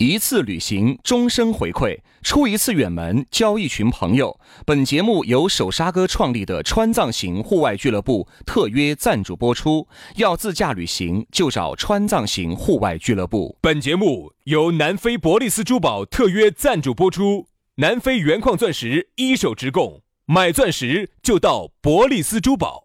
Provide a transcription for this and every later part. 一次旅行，终身回馈；出一次远门，交一群朋友。本节目由首沙哥创立的川藏行户外俱乐部特约赞助播出。要自驾旅行，就找川藏行户外俱乐部。本节目由南非伯利斯珠宝特约赞助播出，南非原矿钻石一手直供，买钻石就到伯利斯珠宝。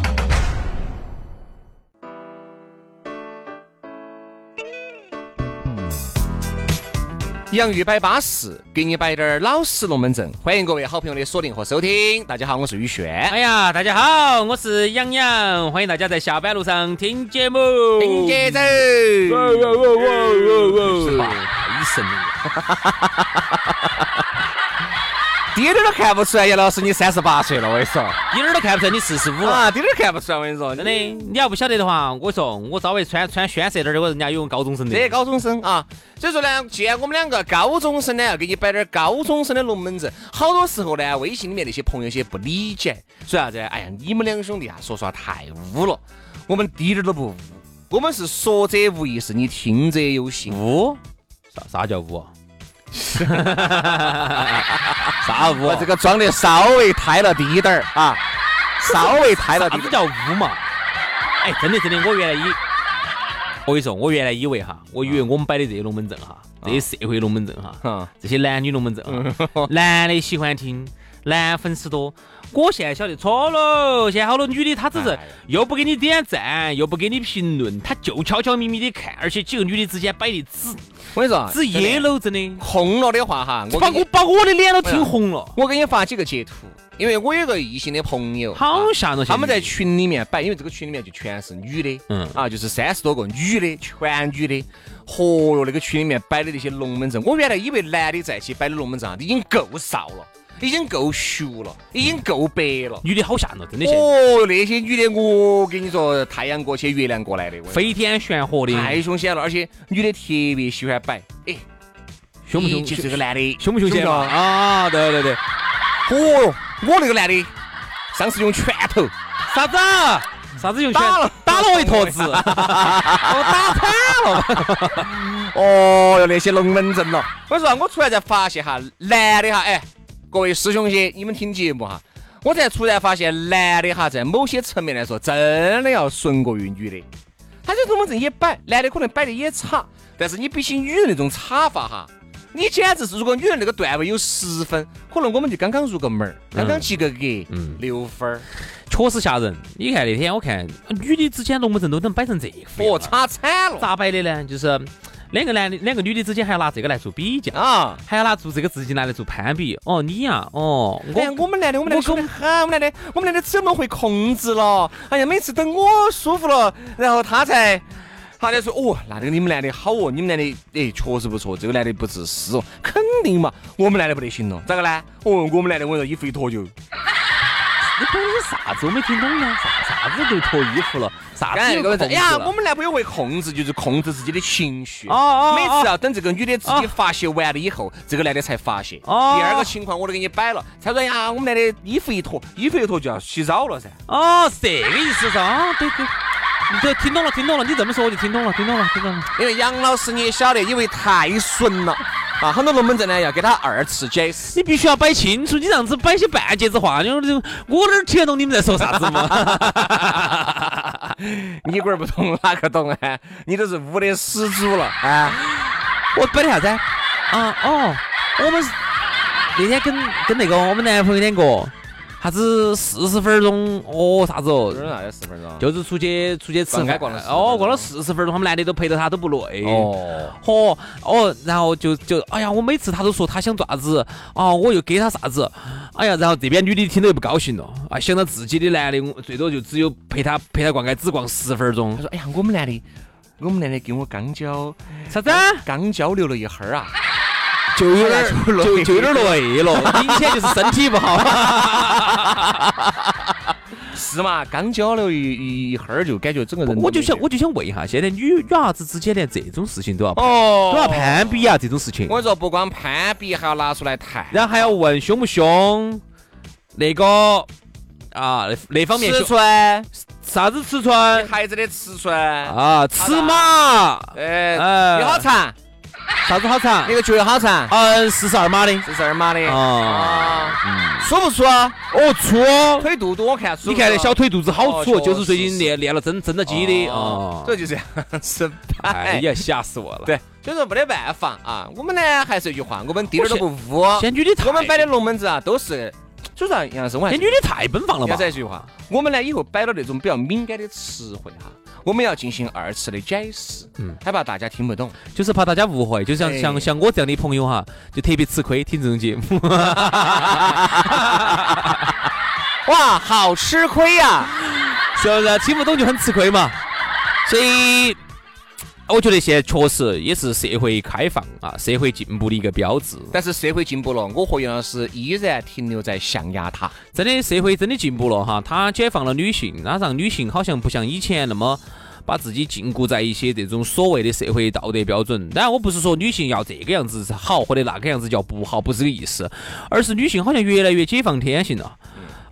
洋芋摆巴适，给你摆点儿老实龙门阵。欢迎各位好朋友的锁定和收听。大家好，我是宇轩。 哎呀，大家好，我是杨洋，欢迎大家在下班路上听节目。听节奏，是吧一声的滴点儿都看不出来，杨老师你三十八岁了，我跟你说一点儿都看不出来你四十五了。啊，滴点儿看不出来，我跟你说，真的，你要不晓得的话，我说我稍微穿穿宣色点儿的，我人家以为我高中生的。这些高中生啊，所以说呢，既然我们两个高中生呢，要给你摆点儿高中生的龙门阵，好多时候呢，微信里面那些朋友些不理解，说啥子？哎呀，你们两兄弟啊，说实话太污了，我们滴点儿都不污，我们是说者无意识，你听者有心。污？啥啥叫啊污？ 啥啊污我？这个装的稍微抬了低点儿 啊，稍微抬了啥低子点儿。啊叫污嘛？哎，真的真的，我原来以，我跟你说，我原来以为哈，我以为我们摆的这些龙门阵哈，这些社会龙门阵哈，嗯这些男女龙门阵 哈， 男的喜欢听，男粉丝多。我现在晓得错了，现在好多女的她只是哎又不给你点赞，又不给你评论，她就悄悄咪咪的看，而且几个女的之间摆的纸我跟你说啊，纸耶真的喽，真的，红了的话哈，我把给我你哎把我的脸都听红了，我给你发几个截图，因为我有个异性的朋友，啊好吓人哦！他们在现群里面摆，因为这个群里面就全是女的，嗯啊，就是三十多个女的，全女的。嚯哟，那个群里面摆的那些龙门阵，我原来以为男的在一起摆的龙门阵啊，已经够少了，已经够俗了，已经够白了在。女的好吓人哦，真的现在哦哟，嗯那些女的，我跟你说，太阳过去，月亮过来的，我跟你飞天玄火的说，太凶险了。而且女的特别喜欢摆，哎，凶不凶你就这个男的凶不凶险嘛？啊啊，对对对，哦啊哟，我那个男的，上次用拳头啥子？啊啥子用打了打了我 一坨子，我打惨了。 哦哟，那些龙门阵了。我说啊，我突然才发现哈，男的哈，哎，各位师兄些，你们听节目哈，我才突然发现，男的哈，在某些层面来说，真的要顺过于女的。他这龙门阵也摆，男的可能摆的也差，但是你比起女人那种差法哈，你简直是，如果女人那个段位有十分，可能我们就刚刚入个门儿，刚刚及个格，嗯六分儿，确实吓人。你看那天我看女的之间龙门阵都能摆成这个副样哦，了，差惨了咋摆的呢？就是两个男的，两个女的之间还要拿这个来做比较，啊！还要拿做这个自己拿来做攀比。哦，你呀，哦，哎呀，我我们男的，我们男的凶得很，我们男的，我们男的怎么会控制了？哎呀，每次等我舒服了，然后他才，他才说哦，那这个你们男的好哦，你们男的哎确实不错，这个男的不自私哦，肯定嘛，我们男的不得行了，咋个呢？哦，我们男的我跟你说衣服一脱就，你摆的啥子？我没听懂呢，啥啥子就脱衣服了，啥子哎又哎呀，我们们男朋友会控制，就是控制自己的情绪。哦哦每哦次要啊等这个女的自己发泄完了以后，这个男的才发泄。哦第二个情况我都给你摆了，他说哎呀，我们男的衣服一脱，衣服一脱就要洗澡了噻。哦，是这个意思是吧啊，对对，你这听懂了，听懂了，你这么说我就听懂了，听懂了，听懂了。因为杨老师你也晓得，因为太损了啊，很多龙门阵呢要给他二次解释。 你必须要摆清楚，你这样子摆些半截子话，你我这我哪儿听得懂你们在说啥子嘛？你龟儿不懂哪个懂啊？你都是污的始祖了啊！我摆的啥子？啊哦，我们是那天跟跟那个我们男朋友两个，啥子四十分钟哦啥子哦，啥子四分钟？就是出去出去吃逛街饭，逛了40哦分钟逛了四十分钟，他们男的都陪到他都不累。哦，哦哦，然后就就哎呀，我每次他都说他想做啥子，哦，我又给他啥子，哎呀，然后这边女的听到又不高兴了，啊，想到自己的男的，我最多就只有陪他陪他逛街，只逛十分钟他。说：“哎呀，我们男的，我们男的跟我刚交啥子？刚交流了一会儿啊，就有点儿就哎就就有点儿落 叶了，明显就是身体不好。是嘛？刚交流一一一会儿就感觉整个人都我就想没劲我就想问一下，现在女女伢子之间连这种事情都要哦都要攀比啊，这种事情我，跟你说，不光攀比，还要拿出来谈。然后还要问凶不凶，那个啊那那方面尺凶寸，啥子尺寸孩子的尺寸，啊，尺码哎，哎你好长，啥子好长那？个脚好长，嗯，四十二码的这是二码的啊，啊，舒不舒？哦粗哦，腿肚肚我看舒服。你看那小腿肚子好粗啊哦哦，就是最是近练练了增增了肌的啊。哦这就这样子哎摆。呀，吓死我了！对，所以说没得办法啊。我们呢还是那句话，我们滴点儿都不污。现在女的太，我们摆的龙门阵啊，都是，所以说杨生活还现在是女的太奔放了吧要？再一句话，我们呢以后摆了那种比较敏感的词汇哈，我们要进行二次的解释，嗯，害怕大家听不 懂。就是怕大家误会，就像哎像像我这样的朋友哈，就特别吃亏听这种节目。 哇，好吃亏啊呀！是啊不是？听不懂就很吃亏嘛。所以，我觉得现在确实也是社会开放啊、社会进步的一个标志。但是社会进步了，我和杨老师依然停留在象牙塔。真的，社会真的进步了哈，它解放了女性，它让女性好像不像以前那么。把自己禁锢在一些这种所谓的社会道德标准，当然我不是说女性要这个样子是好，或者那个样子叫不好，不是这个意思，而是女性好像越来越解放天性了，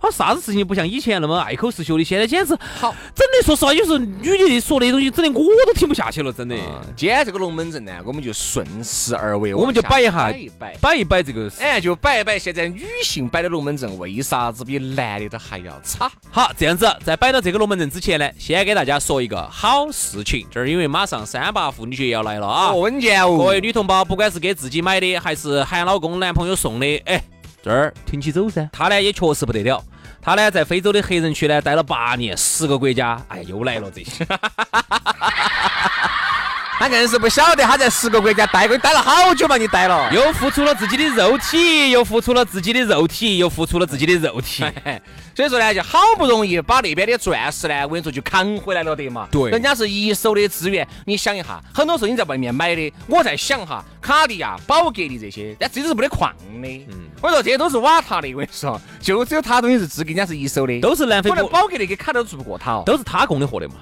啊，啥子事情不像以前那么爱口是胸的，现在简直好，真的说实话，有时候女的说那东西，真的我都听不下去了，真的。今天这个龙门阵呢，我们就顺势而为，我们就往下摆一下摆一摆。摆一摆这个事，哎，就摆一摆，现在女性摆的龙门阵为啥子比男的都还要差？好，这样子，在摆到这个龙门阵之前呢，先给大家说一个好事情，就是因为马上三八妇女节要来了啊，哦，温健哦，各位女同胞，不管是给自己买的，还是喊老公、男朋友送的，哎，这儿挺起走噻。她呢也确实不得了，她呢在非洲的黑人区呢待了八年，十个国家，哎，又来了这 些。他硬是不晓得他在十个国家待过，待了好久嘛，你待了。又付出了自己的肉体，又付出了自己的肉体，又付出了自己的 肉体。哎所以说呢，就好不容易把那边的钻石呢，我跟你说就扛回来了的嘛。对人家是一手的资源，你想一下，很多时候你在外面买的，我在想哈，卡地亚、宝格丽这些，但这都是没得矿的。嗯，我说这些都是瓦塔的，我跟你说，就只有他东西是资给人家是一手的，都是南非可能国，宝格丽跟卡地亚都做不过他哦。都是他供的货的嘛。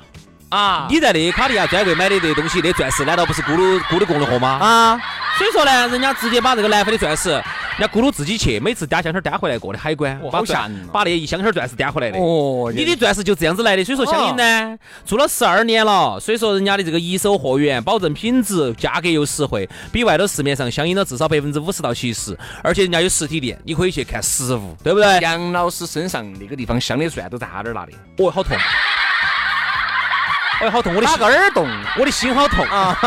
啊，你在那卡地亚专柜买的这东西，那钻石难道不是咕噜咕噜供的货吗？啊，所以说呢，人家直接把这个南非的钻石，人家咕噜自己去，每次掂箱箱掂回来过的海关，哇把好钻吓人啊把那一箱箱钻石掂回来的。哦你的钻石就这样子来的，所以说相应呢，做了十二年了，所以说人家的这个一手货源，保证品质，价格又实惠，比外头市面上相应了至少百分之五十到七十，而且人家有实体店，你可以去看实物，对不对？杨老师身上那个地方镶的钻都在他那儿拿的，哦，好痛！哎，好痛！我的打心个耳洞。 我的心好痛啊！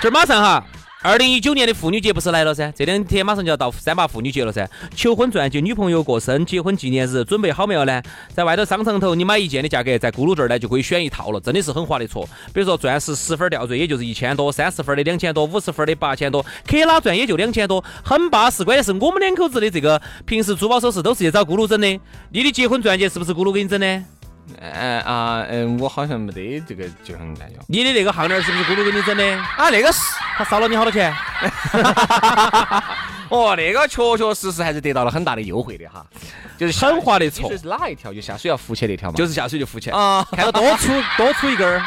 这儿马上哈，二零一九年的妇女节不是来了噻？这两天马上就要到三八妇女节了噻。求婚钻戒、女朋友过生、结婚纪念日，准备好没有呢？在外头商场头，你买一件的价格，在咕噜这儿呢就可以选一套了，真的是很划得着。比如说钻石十分吊坠，也就是一千多；三十分的两千多；五十分的八千多；克拉钻也就两千多，很巴适。关键是我们两口子的这个平时珠宝首饰都是去找咕噜整的，你的结婚钻戒是不是咕噜给你整的？嗯啊嗯，我好像没得这个就很感觉。你的那个项链是不是咕噜给你整的？啊，那个是。他烧了你好多钱？ 哦，那个确确实实还是得到了很大的优惠的哈，就是很划得着错，就是哪一条就下水要浮起那条嘛，就是是下水就浮起来，啊，看到多粗多粗一根儿，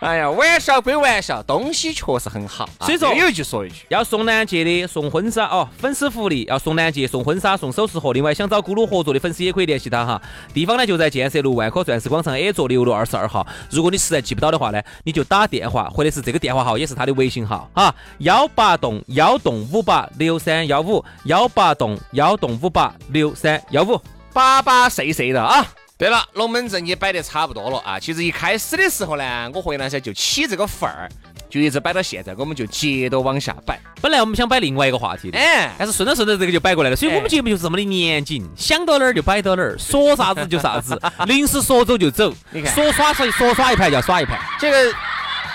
哎呀，玩笑归玩笑，东西确实很好，所以说啊有一句说一句，要送南捷的送婚纱哦，粉丝福利要送南捷送婚纱送首饰盒，另外想找咕噜合作的粉丝也可以联系他哈，地方呢就在建设路万科钻石广场 A 座六楼二十二号，如果你实在记不到的话呢，你就打电话或者是这个电话号也是他的微信号哈，幺八栋幺栋五八六三幺五幺八栋幺栋五八六三幺五。巴巴碎碎的啊。对了，龙门阵也摆得差不多了啊。其实一开始的时候呢，我和杨老师就起这个份儿，就一直摆到现在，我们就接着往下摆。本来我们想摆另外一个话题的，哎，但是顺着顺着这个就摆过来了，所以我们哎节目就是这么的严谨，想到哪儿就摆到哪儿，说啥子就啥子，临时说走就走 你，看说耍耍说耍一盘就要耍一盘，这个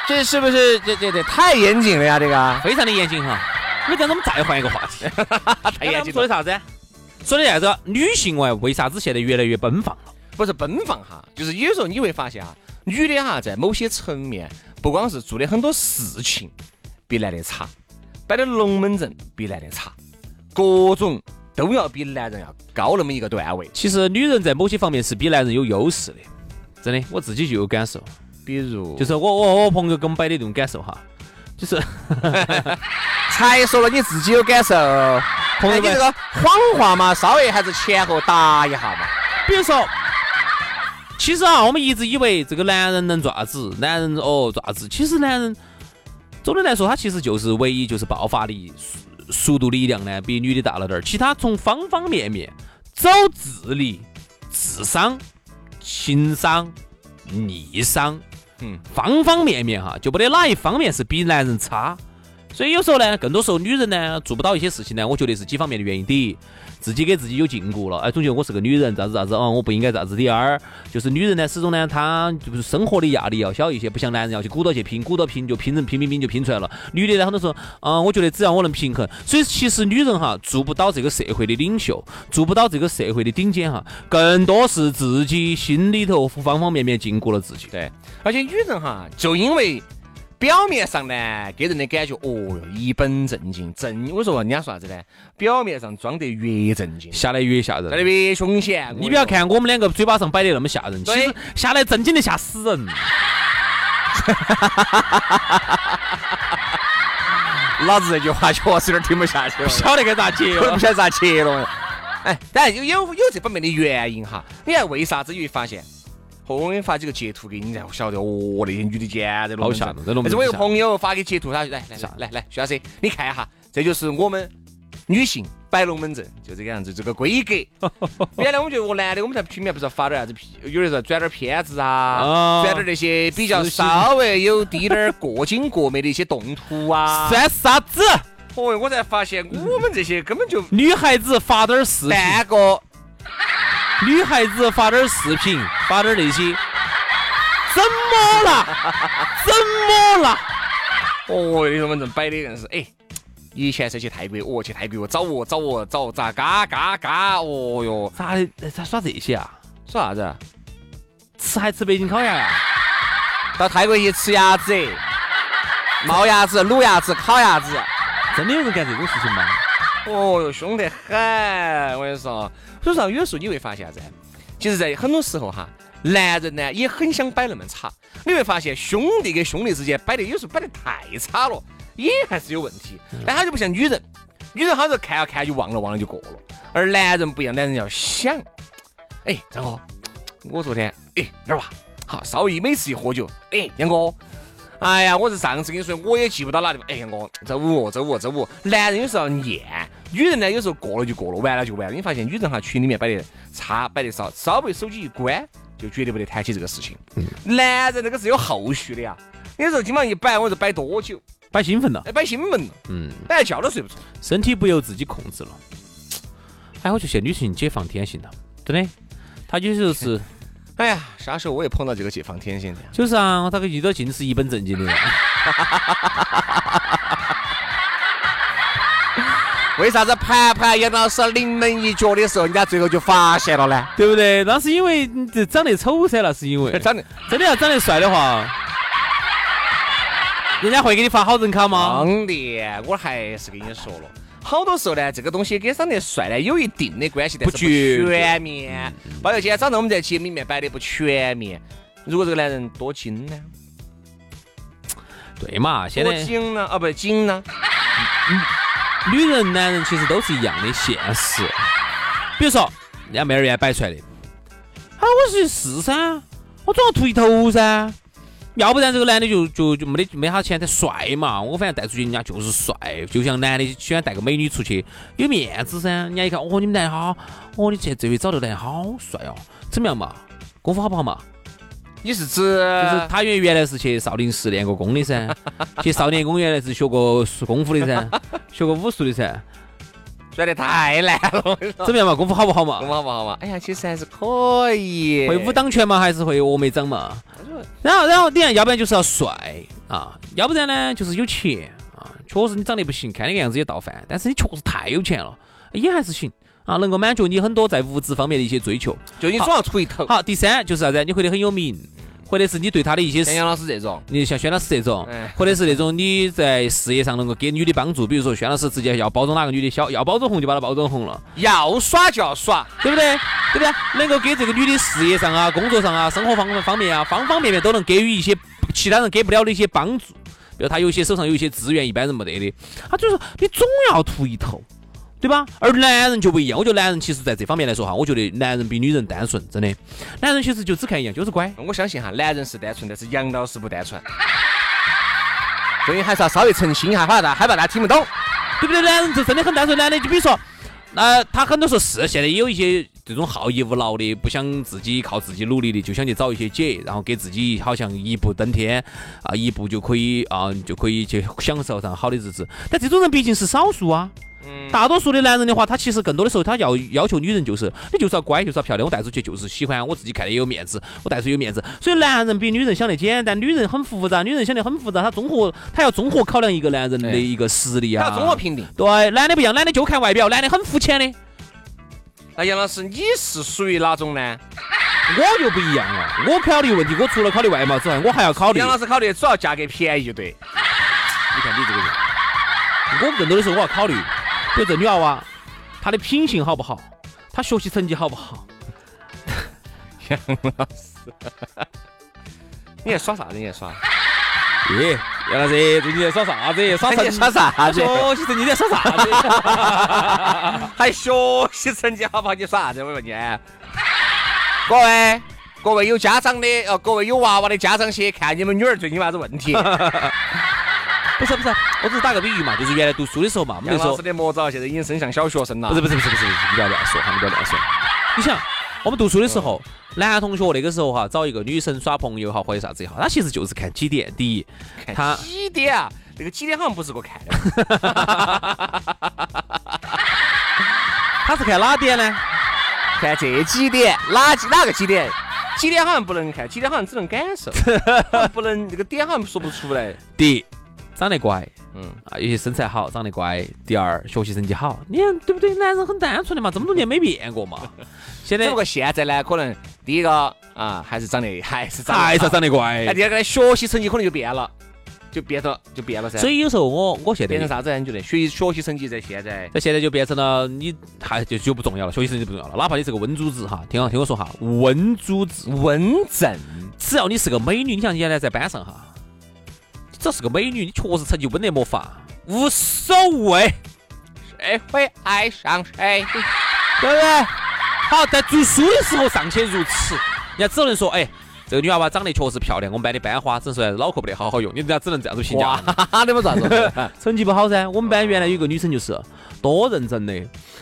这是不是这这这太严谨了呀？这个非常的严谨哈。那这样子我们再换一个话题， 太 刚才我们说的啥子？说的啥子？女性外为啥子现在越来越奔放了？不是奔放哈，就是有时候你会发现啊，女的哈，在某些层面，不光是做的很多事情比男的差，摆的龙门阵比男的差，各种都要比男人要高那么一个段位。其实女人在某些方面是比男人有优势的，真的，我自己就有感受。比如，就是我我我朋友给我们摆的这种感受哈，就是才说了你自己有感受，朋朋友友你这们，个谎话嘛，稍微还是前后搭一下嘛。比如说，其实啊，我们一直以为这个男人能做啥子，男人哦做啥子，其实男人总的来说，他其实就是唯一就是爆发力、速速度、力量呢比女的大了点儿，其他从方方面面，找智力、智商、情商、逆商，嗯嗯，方方面面哈，就没得哪一方面是比男人差。所以有时候呢，更多时候女人呢做不到一些事情呢，我觉得是几方面的原因。第一，自己给自己有禁锢了，哎，总觉得我是个女人，咋子咋子哦，我不应该咋子。第二，就是女人呢，始终呢，她就是生活的压力要小一些，不像男人要去鼓捣去拼，鼓捣拼就拼人拼拼拼就拼出来了。女的呢，很多时候，啊、我觉得只要我能平衡，所以其实女人哈做不到这个社会的领袖，做不到这个社会的顶尖哈，更多是自己心里头方方面面禁锢了自己。对，而且女人哈，就因为表面上呢，给人的感觉，哦哟，一本正经，正我说人家说啥子呢？表面上装得越正经，下来越吓在那人。边凶险。你不要看我们两个嘴巴上摆得那么吓人，其对实下来正经的吓死 人。我，老子这句话确实有点听不啊下去了，晓得该咋接 我都不晓得咋哦接了。哎，当然有有有这方面的原因哈。你看为啥子你会发现？后我给你发几个截图给你，然后晓得哦，那些女的简直好吓人在龙门阵但是我有下朋友发给截图，他说来来来来来，徐老师，你看一下，这就是我们女性摆龙门阵，就这个样子，这个规格。原来我们觉得我男的，我们在群里面不是要发点啥子屁，有的时候转点片子啊，啊转点那些比较私信稍微有滴点儿过精过美的一些动图啊。算啥子？哦，我才发现我们这些根本就女孩子发点儿视频，半个。女孩子发点儿视频，发点儿那些，怎么 了？怎么了？哦，你说我们这摆的硬是，哎，以前是去泰国，哦，去泰国找我找我找我咋嘎嘎嘎，哦哟，咋的？咋耍这些啊？说啥子啊？吃还吃北京烤鸭啊呀、到泰国去吃鸭子，冒鸭子、卤鸭子、烤鸭子，真的有人干这种事情吗？哦哟，凶得很，我跟你说，啊所以说有时候你会发现啥子？其实，在很多时候哈。男人呢也很想摆那么差，你会发现兄弟跟兄弟之间摆的有时候摆的太差了，也还是有问题。但他就不像女人，女人好像看啊看就忘了忘了就过了，而男人不一样，男人要想。哎，张哥，我昨天哎哪儿哇？好，稍微每次一喝酒，哎，杨哥，哎呀，我是上次跟你说，我也记不到哪地方。哎，杨哥，周五哦，周五哦，周五哦。男人有时候要念，女人呢有时候过了就过了，完了就完了。你发现女人哈群里面摆的差，摆的少，稍微手机一关就绝对不得谈起这个事情。男人那个是有后续的呀。你说今晚一摆，我是摆多久？摆兴奋了，哎，摆兴奋了，嗯，摆觉都睡不着。身体不由自己控制了。哎，我就现在女性解放天性了，真的。她有时候是，哎呀，啥时候我也碰到这个解放天性的呀？就是啊，她一到尽是一本正经的人。为啥子盘盘杨老师临门一脚的时候，人家最后就发现了呢？ 对不对？那是因为你这长得丑噻，那是 因为长得真的要长得帅的话，人家会给你发好人卡吗？当的，我还是跟你说了，好多时候呢，这个东西跟长得帅呢有一定的关系，但是不绝对全面。包括今天早上我们在节目里面摆的不全面。如果这个男人多金呢？对嘛，现多在精呢？啊，不精呢？女人、男人其实都是一样的现实。比如说，人家妹儿原来摆出来的，啊，我是是噻，我总要秃一头噻，要不然这个男的就就就没得没啥钱，他帅嘛，我反正带出去人家就是帅，就像男的喜欢带个美女出去有面子噻，人家一看，哦，你们男的好，哦，你这这回找的男的好帅哦，怎么样嘛？功夫好不好嘛？你是指就是他原原来是去少林寺练过功的噻，去少年宫原来是学过功夫的噻，学过武术的噻，帅得太烂了？我跟你说怎么样嘛？功夫好不好嘛懂？好不好嘛？哎呀，其实还是可以。会武当拳嘛，还是会峨眉掌嘛？然后，然后你看，要不然就是要帅啊，要不然呢就是有钱啊。确实你长得不行，看那个样子也倒饭，但是你确实太有钱了，也还是行啊，能够满足你很多在物质方面的一些追求。嗯就你总要出一头。好，第三就是啥子？你会得很有名，或者是你对他的一些像杨老师这种，你像轩老师这种哎，或者是那种你在事业上能够给女的帮助，比如说轩老师直接要包装哪个女的小，要包装红就把她包装红了，要耍就要耍，对不对？对不对？能够给这个女的事业上啊、工作上啊、生活方方面啊、方方面面都能给予一些其他人给不了的一些帮助。比如他有一些手上有一些资源，一般人没得的，他就是说你总要图一头，对吧？而男人就不一样，我觉得男人其实在这方面来说哈，我觉得男人比女人单纯，真的，男人其实就只看一样，就是乖。我相信哈，男人是单纯，但是杨老师不单 纯，所以还是要稍微澄清一下，害怕他害怕他听不懂。对不对？男人就真的很单纯，男的就比如说，呃，他很多时候是现在也有一些这种好逸恶劳的，不想自己靠自己努力的，就想去找一些姐，然后给自己好像一步登天啊，一步就可以啊，就可以去享受上好的日子。但这种人毕竟是少数啊。大多数的男人的话，他其实更多的时候，他要要求女人就是，你就是要乖，就是要漂亮，我带出去就是喜欢，我自己看的也有面子，我带出去有面子。所以男人比女人想的简单，女人很复杂，女人想的很复杂，他综合，他要综合考量一个男人的哎一个实力他啊，要综合评定。对，男的不一样，男的就看外表，男的很肤浅的。那杨老师，你是属于哪种呢？我就不一样了，我考虑问题，我除了考虑外貌之外，我还要考虑。杨老你师考虑的主要价格便宜就对。看你这个人，我更多的时候我要考虑，比如这女娃娃，她的品行好不好，她学习成绩好不好。你还耍啥子？你还耍？耶，杨老师，最近在耍啥子？耍成绩耍啥子哎学习成绩在耍啥子？还学习成绩好不好？哎你耍啥子？我问你。哎各位，各位有家长的，哦，各位有娃娃的家长些，看你们女儿最近有啥子问 题？不是不是，我只是打个比喻嘛，就是原来读书的时候嘛，我们杨就说老师的魔爪现在已经伸向小学生了。不是不是不是不是，你不要乱说哈，你不要乱说。你想，我们读书的时候，男同学那个时候哈，找一个女生耍朋友哈，或者啥子也好，他其实就是看几点。第一，看他几点啊？那个几点好像不是我看的。 他是看哪点呢？看这几点，哪几哪个几点？几点好像不能看，几点好像只能感 受，好像不能那个点好像说不出来。第一，长得乖嗯，啊，有些身材好，长得乖。第二，学习成绩好。你看对不对？男人很单纯的嘛，这么多年没变过嘛。现只在不过现在呢，可能第一个啊，还是长得 还是长得还是要长得那哎乖。第二个呢，学习成绩可能就变了，就变到就变了噻。所以有时候我我现在变成啥子呢？你觉得学习学习成绩在现在那现在就变成了你还就就不重要了，学习成绩不重要了，哪怕你是个温猪子哈，听我听我说哈，温猪子温正，只要你是个美女，你像你原来在班上哈，你只要是个美女，你确实成绩稳得没法，无所谓，谁哎会爱上 谁？对不对？好，在读书的时候尚且如此，人家只能说，哎，这个女娃娃长得确实漂亮，我们班的班花只能说脑壳不得好好用，你人家只能这样子评价哇。，你们咋子？ 成绩不好噻。我们班原来有个女生就是多认真的，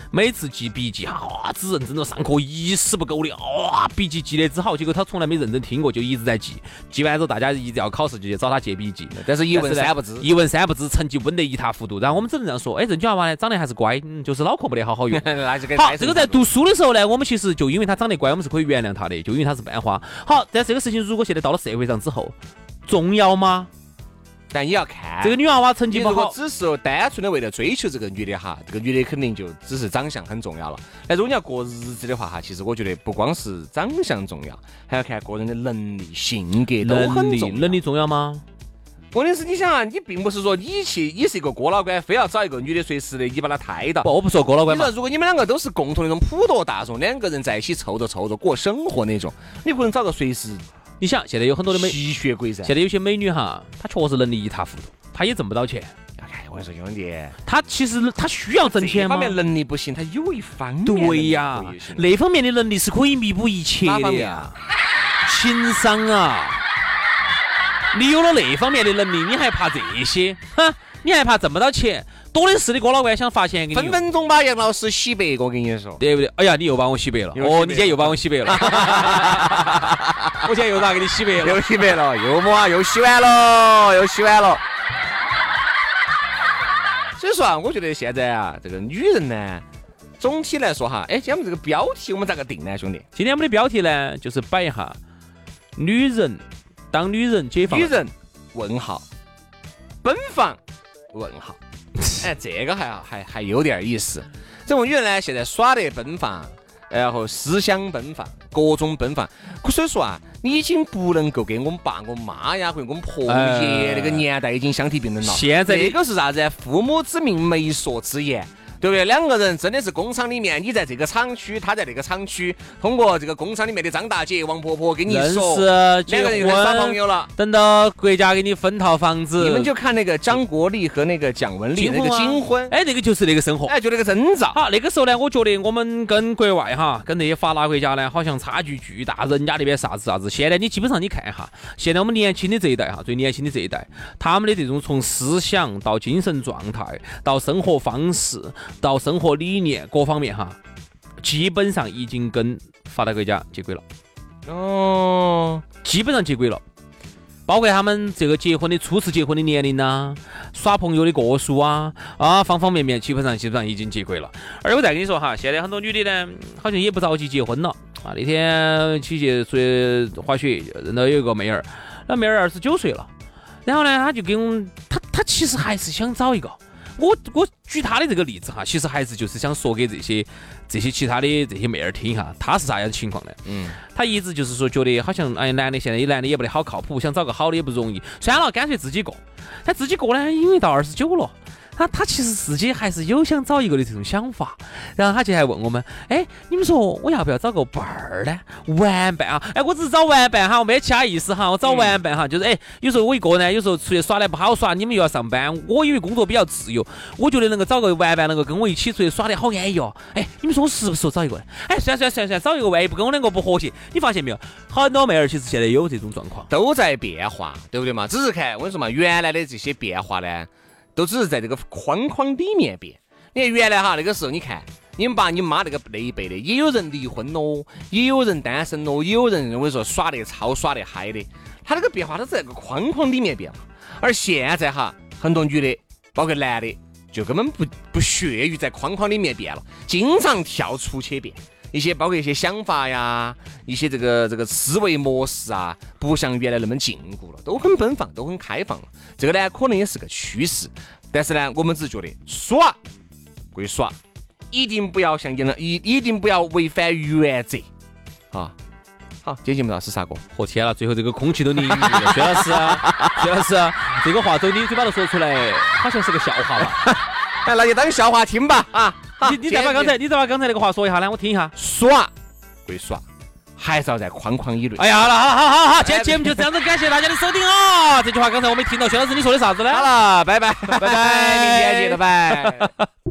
每次记笔记啊，只认真到上课一丝不苟的，哇、笔记记得之好，结果她从来没认真听过，就一直在记。记完之后，大家一直要考试就去找她借笔记。但是一问呢三不知。。一问三不知，成绩稳得一塌糊涂。然后我们只能这样说，哎，这女娃娃呢长得还是乖，嗯，就是脑壳没得好好用 那就跟好，开这始个在读书的时候呢，我们其实就因为她长得乖，我们是可以原谅她的，就因为她是班花。好，但这个事情如果现在到了社会上之后，重要吗？但也要看这个。女娃娃成你绩不如果好，只是单纯的为了追求这个女的哈，这个女的肯定就只是长相很重要了。但如果你要过日子的话哈，其实我觉得不光是长相重要，还要看个人的能力、性格都能很力重要。能力重要吗？问题是，你想啊，你并不是说你去，你是一个哥老倌，非要找一个女的，随时的你把她抬到不，。我不说哥老倌你嘛说，，如果你们两个都是共同那种普罗大众，两个人在一起凑着凑着过生活那种，你不能找个随时你想现在有很多的美，吸血鬼噻。现在有些美女哈，她确实能力一塌糊涂，她也挣不到钱，哎，我跟你说，兄弟，她其实她需要挣这钱吗方？面能力不行，他有一方面对呀能力不行，那方面的能力是可以弥补一切哪的方面呀啊，情商啊，你有了那方面的能力，你还怕这些？哼，你还怕挣不到钱？多的是的哥老倌想发钱给你分用。分钟把杨老师洗白，我跟你说。对不对？哎呀，你又把我洗白了！又洗白了哦，你今天又把我洗白 了！我今天又咋给你洗白了？又洗白了，啊又抹又洗完了，又洗完了。所以说啊，我觉得现在啊，这个女人呢，总体来说哈，哎，今天我们这个标题我们咋个定呢，兄弟？ 今天我们的标题呢，就是摆一下女人当女人解放女人问号，奔放问 号，哎，这个还好还还有点意思。这种女人呢，现在耍得奔放，然后思想奔放，各种奔放。可所以说啊，你已经不能够跟我们爸、我妈呀，或者我们婆哎姐那个年代已经相提并论了。现在的这个是啥子？父母之命，媒妁之言。对不对？两个人真的是工厂里面，你在这个厂区，他在那个厂区，通过这个工厂里面的张大姐、王婆婆跟你认说，识啊两结个人又开始耍朋婚，友了。等到国家给你分套房子，你们就看那个张国立和那个蒋雯丽金那个婚啊金婚，哎，那个就是那个生活。哎，就那个征兆。好，那个时候呢，我觉得我们跟国外哈，跟那些发达国家呢，好像差距巨大。人家那边啥子啥子，现在你基本上你看哈，现在我们年轻的这一代哈，最年轻的这一代，他们的这种从思想到精神状态，到生活方式，到生活理念各方面哈，基本上已经跟发达国家接轨了，哦，基本上接轨了。包括他们这个结婚的初次结婚的年龄呐、耍朋友的个数啊，啊，方方面面基本上基本上已经接轨了。而我再跟你说哈，现在很多女的呢，好像也不着急结婚了啊。那天去去出去滑雪，认到有一个妹儿，那妹儿二十九岁了，然后呢，她就跟我们，她她其实还是想找一个。我我举她的这个例子哈，其实还是就是想说给这些这些其他的这些妹儿听一下，她是啥样的情况呢？嗯，她一直就是说觉得好像哎，男的现在也男的也不得好靠谱，想找个好的也不容易，算了，干脆自己过。她自己过呢，因为到二十九了。她她其实自己还是有想找一个的这种想法，然后她就还问我们，哎，你们说我要不要找个伴儿呢？玩伴啊，哎，我只是找玩伴哈，我没其他意思哈，我找玩伴哈，就是哎，有时候我一个人呢，有时候出去耍的不好耍，你们又要上班，我因为工作比较自由，我觉得能够找个玩伴，能够跟我一起出去耍的好安逸哦。哎，你们说我是不是说找一个人？哎，算算算算，找一个万一不跟我两个不和谐，你发现没有？很多妹儿其实现在也有这种状况。都在变化，对不对嘛？只是看我跟你说嘛，原来的这些变化呢，都只是在这个框框里面变。你看原来哈那个时候，你看你们爸你妈那个那一辈的，也有人离婚喽，也有人单身喽，也有人我跟你说耍得超耍得嗨的，他那个变化都是在这个框框里面变化。而现在哈，很多女的，包括男的，就根本不不屑于在框框里面变了，经常跳出去变。一些包括一些想法呀，一些这个这个思维模式啊，不像原来那么禁锢了，都很奔放，都很开放了。这个呢，可能也是个趋势，但是呢，我们只觉得耍归耍，一定不要像原来一一定不要违反原则啊。好，今天节目到是啥歌？我天了，最后这个空气都凝郁了。 薛老师啊，薛老师啊，这个话从你嘴巴头说出来，好像是个笑话吧？哎，那就当笑话听吧啊。好你你再把刚才你再把刚才那个话说一下呢，我听一下。耍归耍，还是要在框框以内。 哎呀，好了，好好好好，今天节目就这样子，感谢大家的收听啊！这句话刚才我没听到，薛老师你说的啥子呢？好了，拜拜，拜拜，明天见，拜 拜。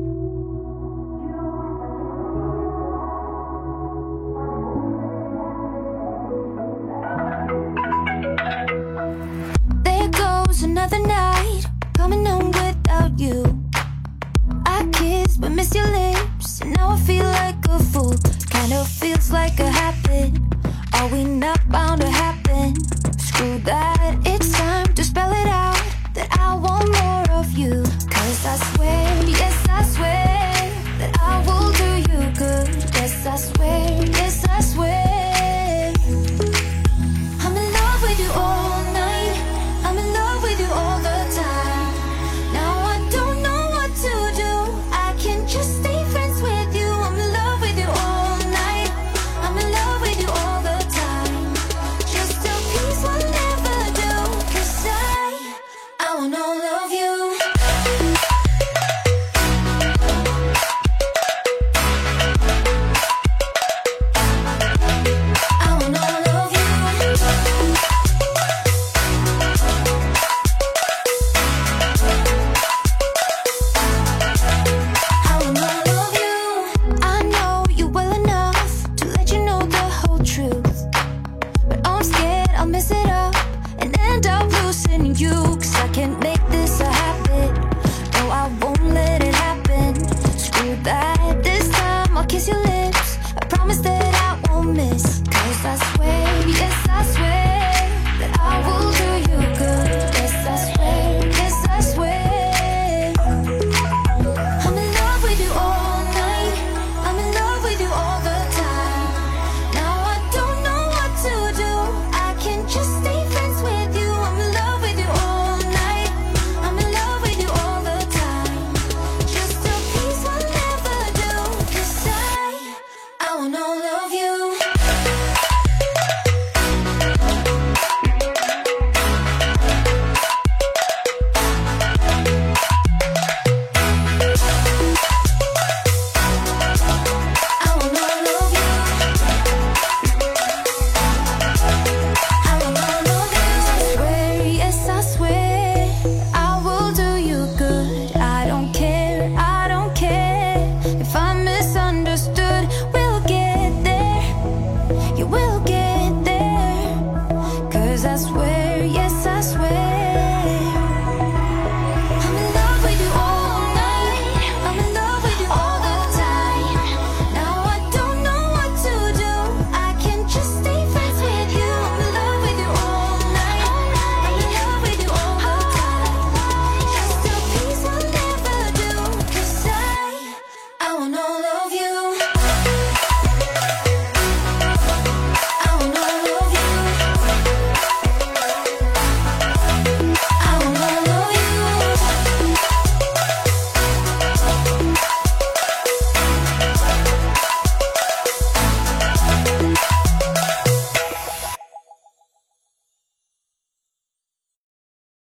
There goes another night coming home without you. I kissed but missed your lips, and now I feel like a fool. Kind of feels like a habit. Are we not bound to happen? Screw that.